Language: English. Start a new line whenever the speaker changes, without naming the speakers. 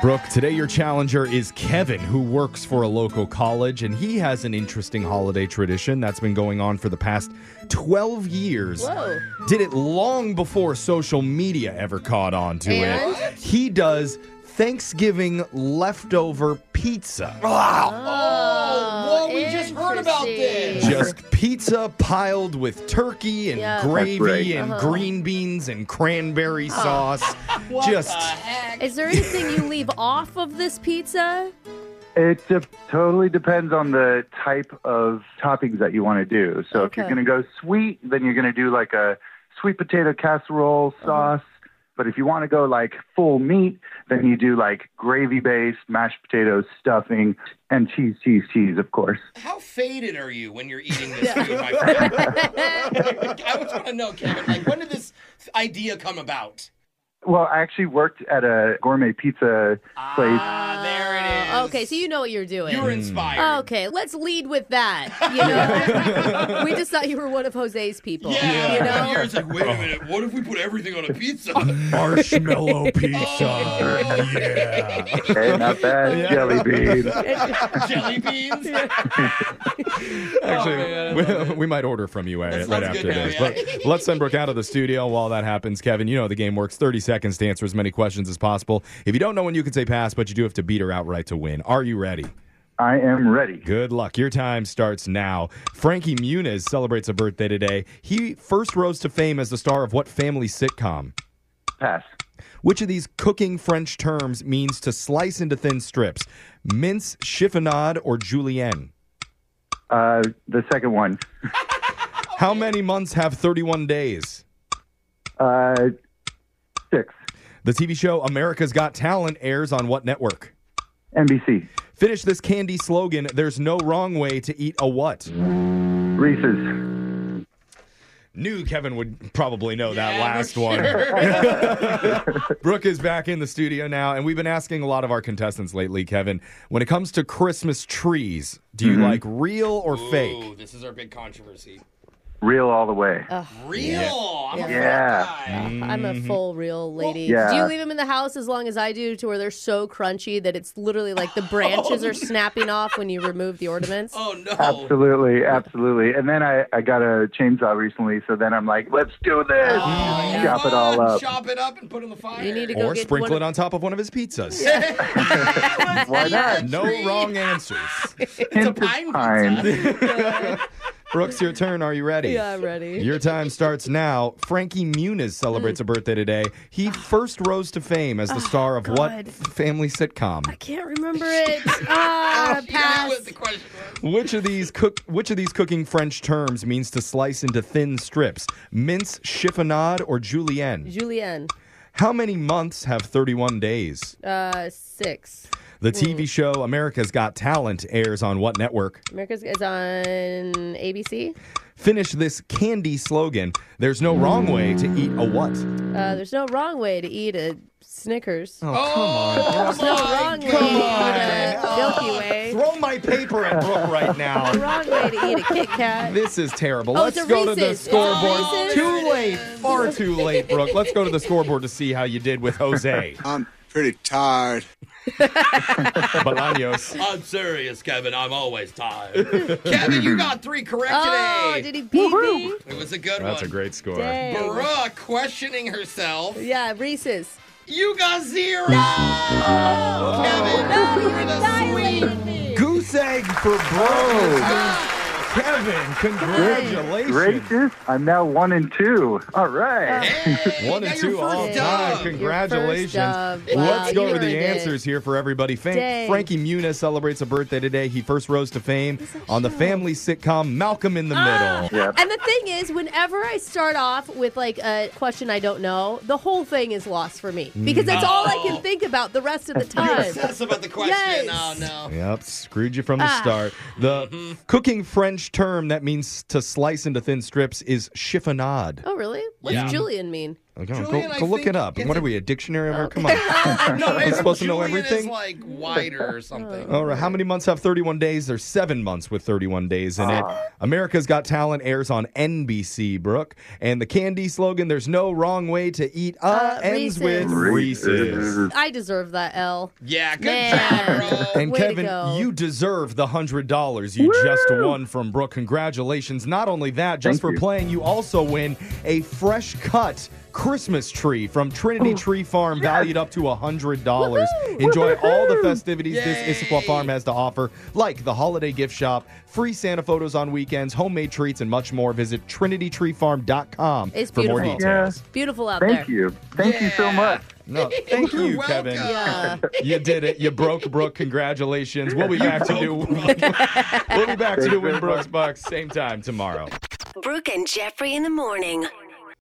Brooke, today your challenger is Kevin, who works for a local college, and he has an interesting holiday tradition that's been going on for the past 12 years.
Whoa.
Did it long before social media ever caught on to
And?
it. He does Thanksgiving leftover pizza.
Oh,
whoa, we just heard about this.
interesting.
Just pizza piled with turkey and
Yeah. Uh-huh. Oh. That's
gravy
right.
and green beans and cranberry sauce. Just
Is there anything you leave off of this pizza?
It de- totally depends on the type of toppings that you want to do. So if you're
Okay.
going to go sweet, then you're going to do like a sweet potato casserole sauce. But if you want to go like full meat, then you do like gravy based mashed potatoes, stuffing, and cheese, cheese, cheese, of course.
How faded are you when you're eating this food, my friend? I just want to know, Kevin, like, when did this idea come about?
Well, I actually worked at a gourmet pizza place.
Ah, there it
Oh,
is.
okay, so you know what you're doing.
you were inspired.
Okay, let's lead with that. You know, we just thought you were one of Jose's people.
Yeah,
You know,
Yours like, wait a minute, what if we put everything on a pizza?
marshmallow pizza.
Oh.
yeah.
hey, not bad, jelly bean.
Jelly beans?
Actually,
Oh, man, I
we, we might order from you right,
sounds
right
good
after
now,
this.
yeah.
But let's send Brooke out of the studio while that happens. Kevin, you know the game works 30 seconds to answer as many questions as possible. If you don't know when you can say pass, but you do have to beat her outright to win. Are you ready?
I am ready.
Good luck. Your time starts now. Frankie Muniz celebrates a birthday today. He first rose to fame as the star of what family sitcom?
Pass.
Which of these cooking French terms means to slice into thin strips? Mince, chiffonade, or julienne?
Uh, the second one.
How many months have 31 days?
Uh, six.
The TV show America's Got Talent airs on what network?
NBC.
Finish this candy slogan there's no wrong way to eat a what?
Reese's.
Knew Kevin would probably know that
Yeah,
last
for
one.
sure.
Brooke is back in the studio now, and we've been asking a lot of our contestants lately, Kevin, when it comes to Christmas trees, do you like real or
Ooh,
fake?
this is our big controversy.
Real all the way.
Oh. Real. I'm a
Yeah.
fat guy.
I'm a full real lady.
Yeah.
Do you leave them in the house as long as I do to where they're so crunchy that it's literally like the branches are snapping off when you remove the ornaments?
Oh, no.
Absolutely, absolutely. And then I, I got a chainsaw recently, so then I'm like, let's do this.
Oh,
Chop it all
come on,
up.
Chop it up and put it in the fire.
You need to go
Or
get
sprinkle
one
it on top of one of his pizzas.
Why not?
No wrong answers.
Hint
It's a
of
pine
pine.
Brooks, your turn. Are you ready?
Yeah, I'm ready.
Your time starts now. Frankie Muniz celebrates a birthday today. He first rose to fame as the star of what
Ah. God.
family sitcom?
I can't remember it. Ah,
You know
pass.
what the question was?
Which of these cook which of these cooking French terms means to slice into thin strips? Mince, chiffonade, or julienne?
Julianne,
How many months have 31 days?
uh, six.
The TV show America's Got Talent airs on what network?
America's is on ABC.
Finish this candy slogan. There's no wrong way to eat a what?
Uh, there's no wrong way to eat a Snickers.
Oh, come on.
there's no wrong way to
Oh, come
eat
on.
a Milky Way.
Throw my paper at Brooke right now.
Wrong way to eat a Kit Kat.
This is terrible.
Oh,
Let's
it's a
go to the
Reese's. It's a
scoreboard.
Reese's.
too late. Far too late, Brooke. Let's go to the scoreboard to see how you did with Jose.
I'm pretty tired.
Bolaños.
I'm serious, Kevin. I'm always tired. Kevin, you got three correct
Oh,
today.
did he beat me?
It was a good
That's a
one.
great score.
Dang.
Brooke questioning herself.
Yeah, Reese's.
You got zero. Kevin,
No,
you
you
were the
annihilated me.
Goose egg for Brooke. Kevin, congratulations.
Gracious, I'm now one and two. All right.
Hey,
One
you
and
got your
two all
first
time.
dub.
Your
Congratulations.
first dub. Wow,
Let's go
you
over the
earned it.
answers here for everybody. Fam-
Dang.
Frankie Muniz celebrates a birthday today. He first rose to fame on the family sitcom Malcolm in the
Ah!
Oh.
Middle.
Yeah.
And the thing is, whenever I start off with like a question I don't know, the whole thing is lost for me because that's all I can think about the rest of the time.
Obsessed about the question.
Yes.
Oh, no.
Yep, screwed you from the
Ah.
start. The cooking French term that means to slice into thin strips is chiffonade.
oh, really? What's
Yeah.
Julian mean?
Like, I don't know,
Julian, I
go, go look
think
it up.
it's
What
a-
are we, a dictionary? of- Come on.
No,
I'm
it's
supposed to know
Julian Is
everything.
like wider or something.
All right. How many months have 31 days? There's seven months with 31 days in it.
Ah.
America's Got Talent airs on NBC, Brooke. And the candy slogan, there's no wrong way to eat, uh,
Uh,
ends with
Reese's.
Reese's.
I deserve that L.
Yeah, good
Man.
job, bro.
And
Way to
Kevin,
go.
you deserve the hundred dollars you just won from Brooke. Congratulations! Not only that, just
Thank
for
you.
playing, you also win a fresh cut Christmas tree from
Oh,
Trinity Tree Farm, valued up to hundred dollars. Enjoy all the festivities this
Yay.
Issaquah farm has to offer, like the holiday gift shop, free Santa photos on weekends, homemade treats, and much more. Visit TrinityTreeFarm.com
It's
for more
beautiful.
details.
Beautiful out
Thank
there.
you. Thank you so
Yeah.
much.
No, thank
You're
you, Kevin.
welcome.
Yeah.
You did it. You broke Brooke. Congratulations. We'll be back to do. we'll be back to do Win Brooks Bucks same time tomorrow.
Brooke and Jeffrey in the morning.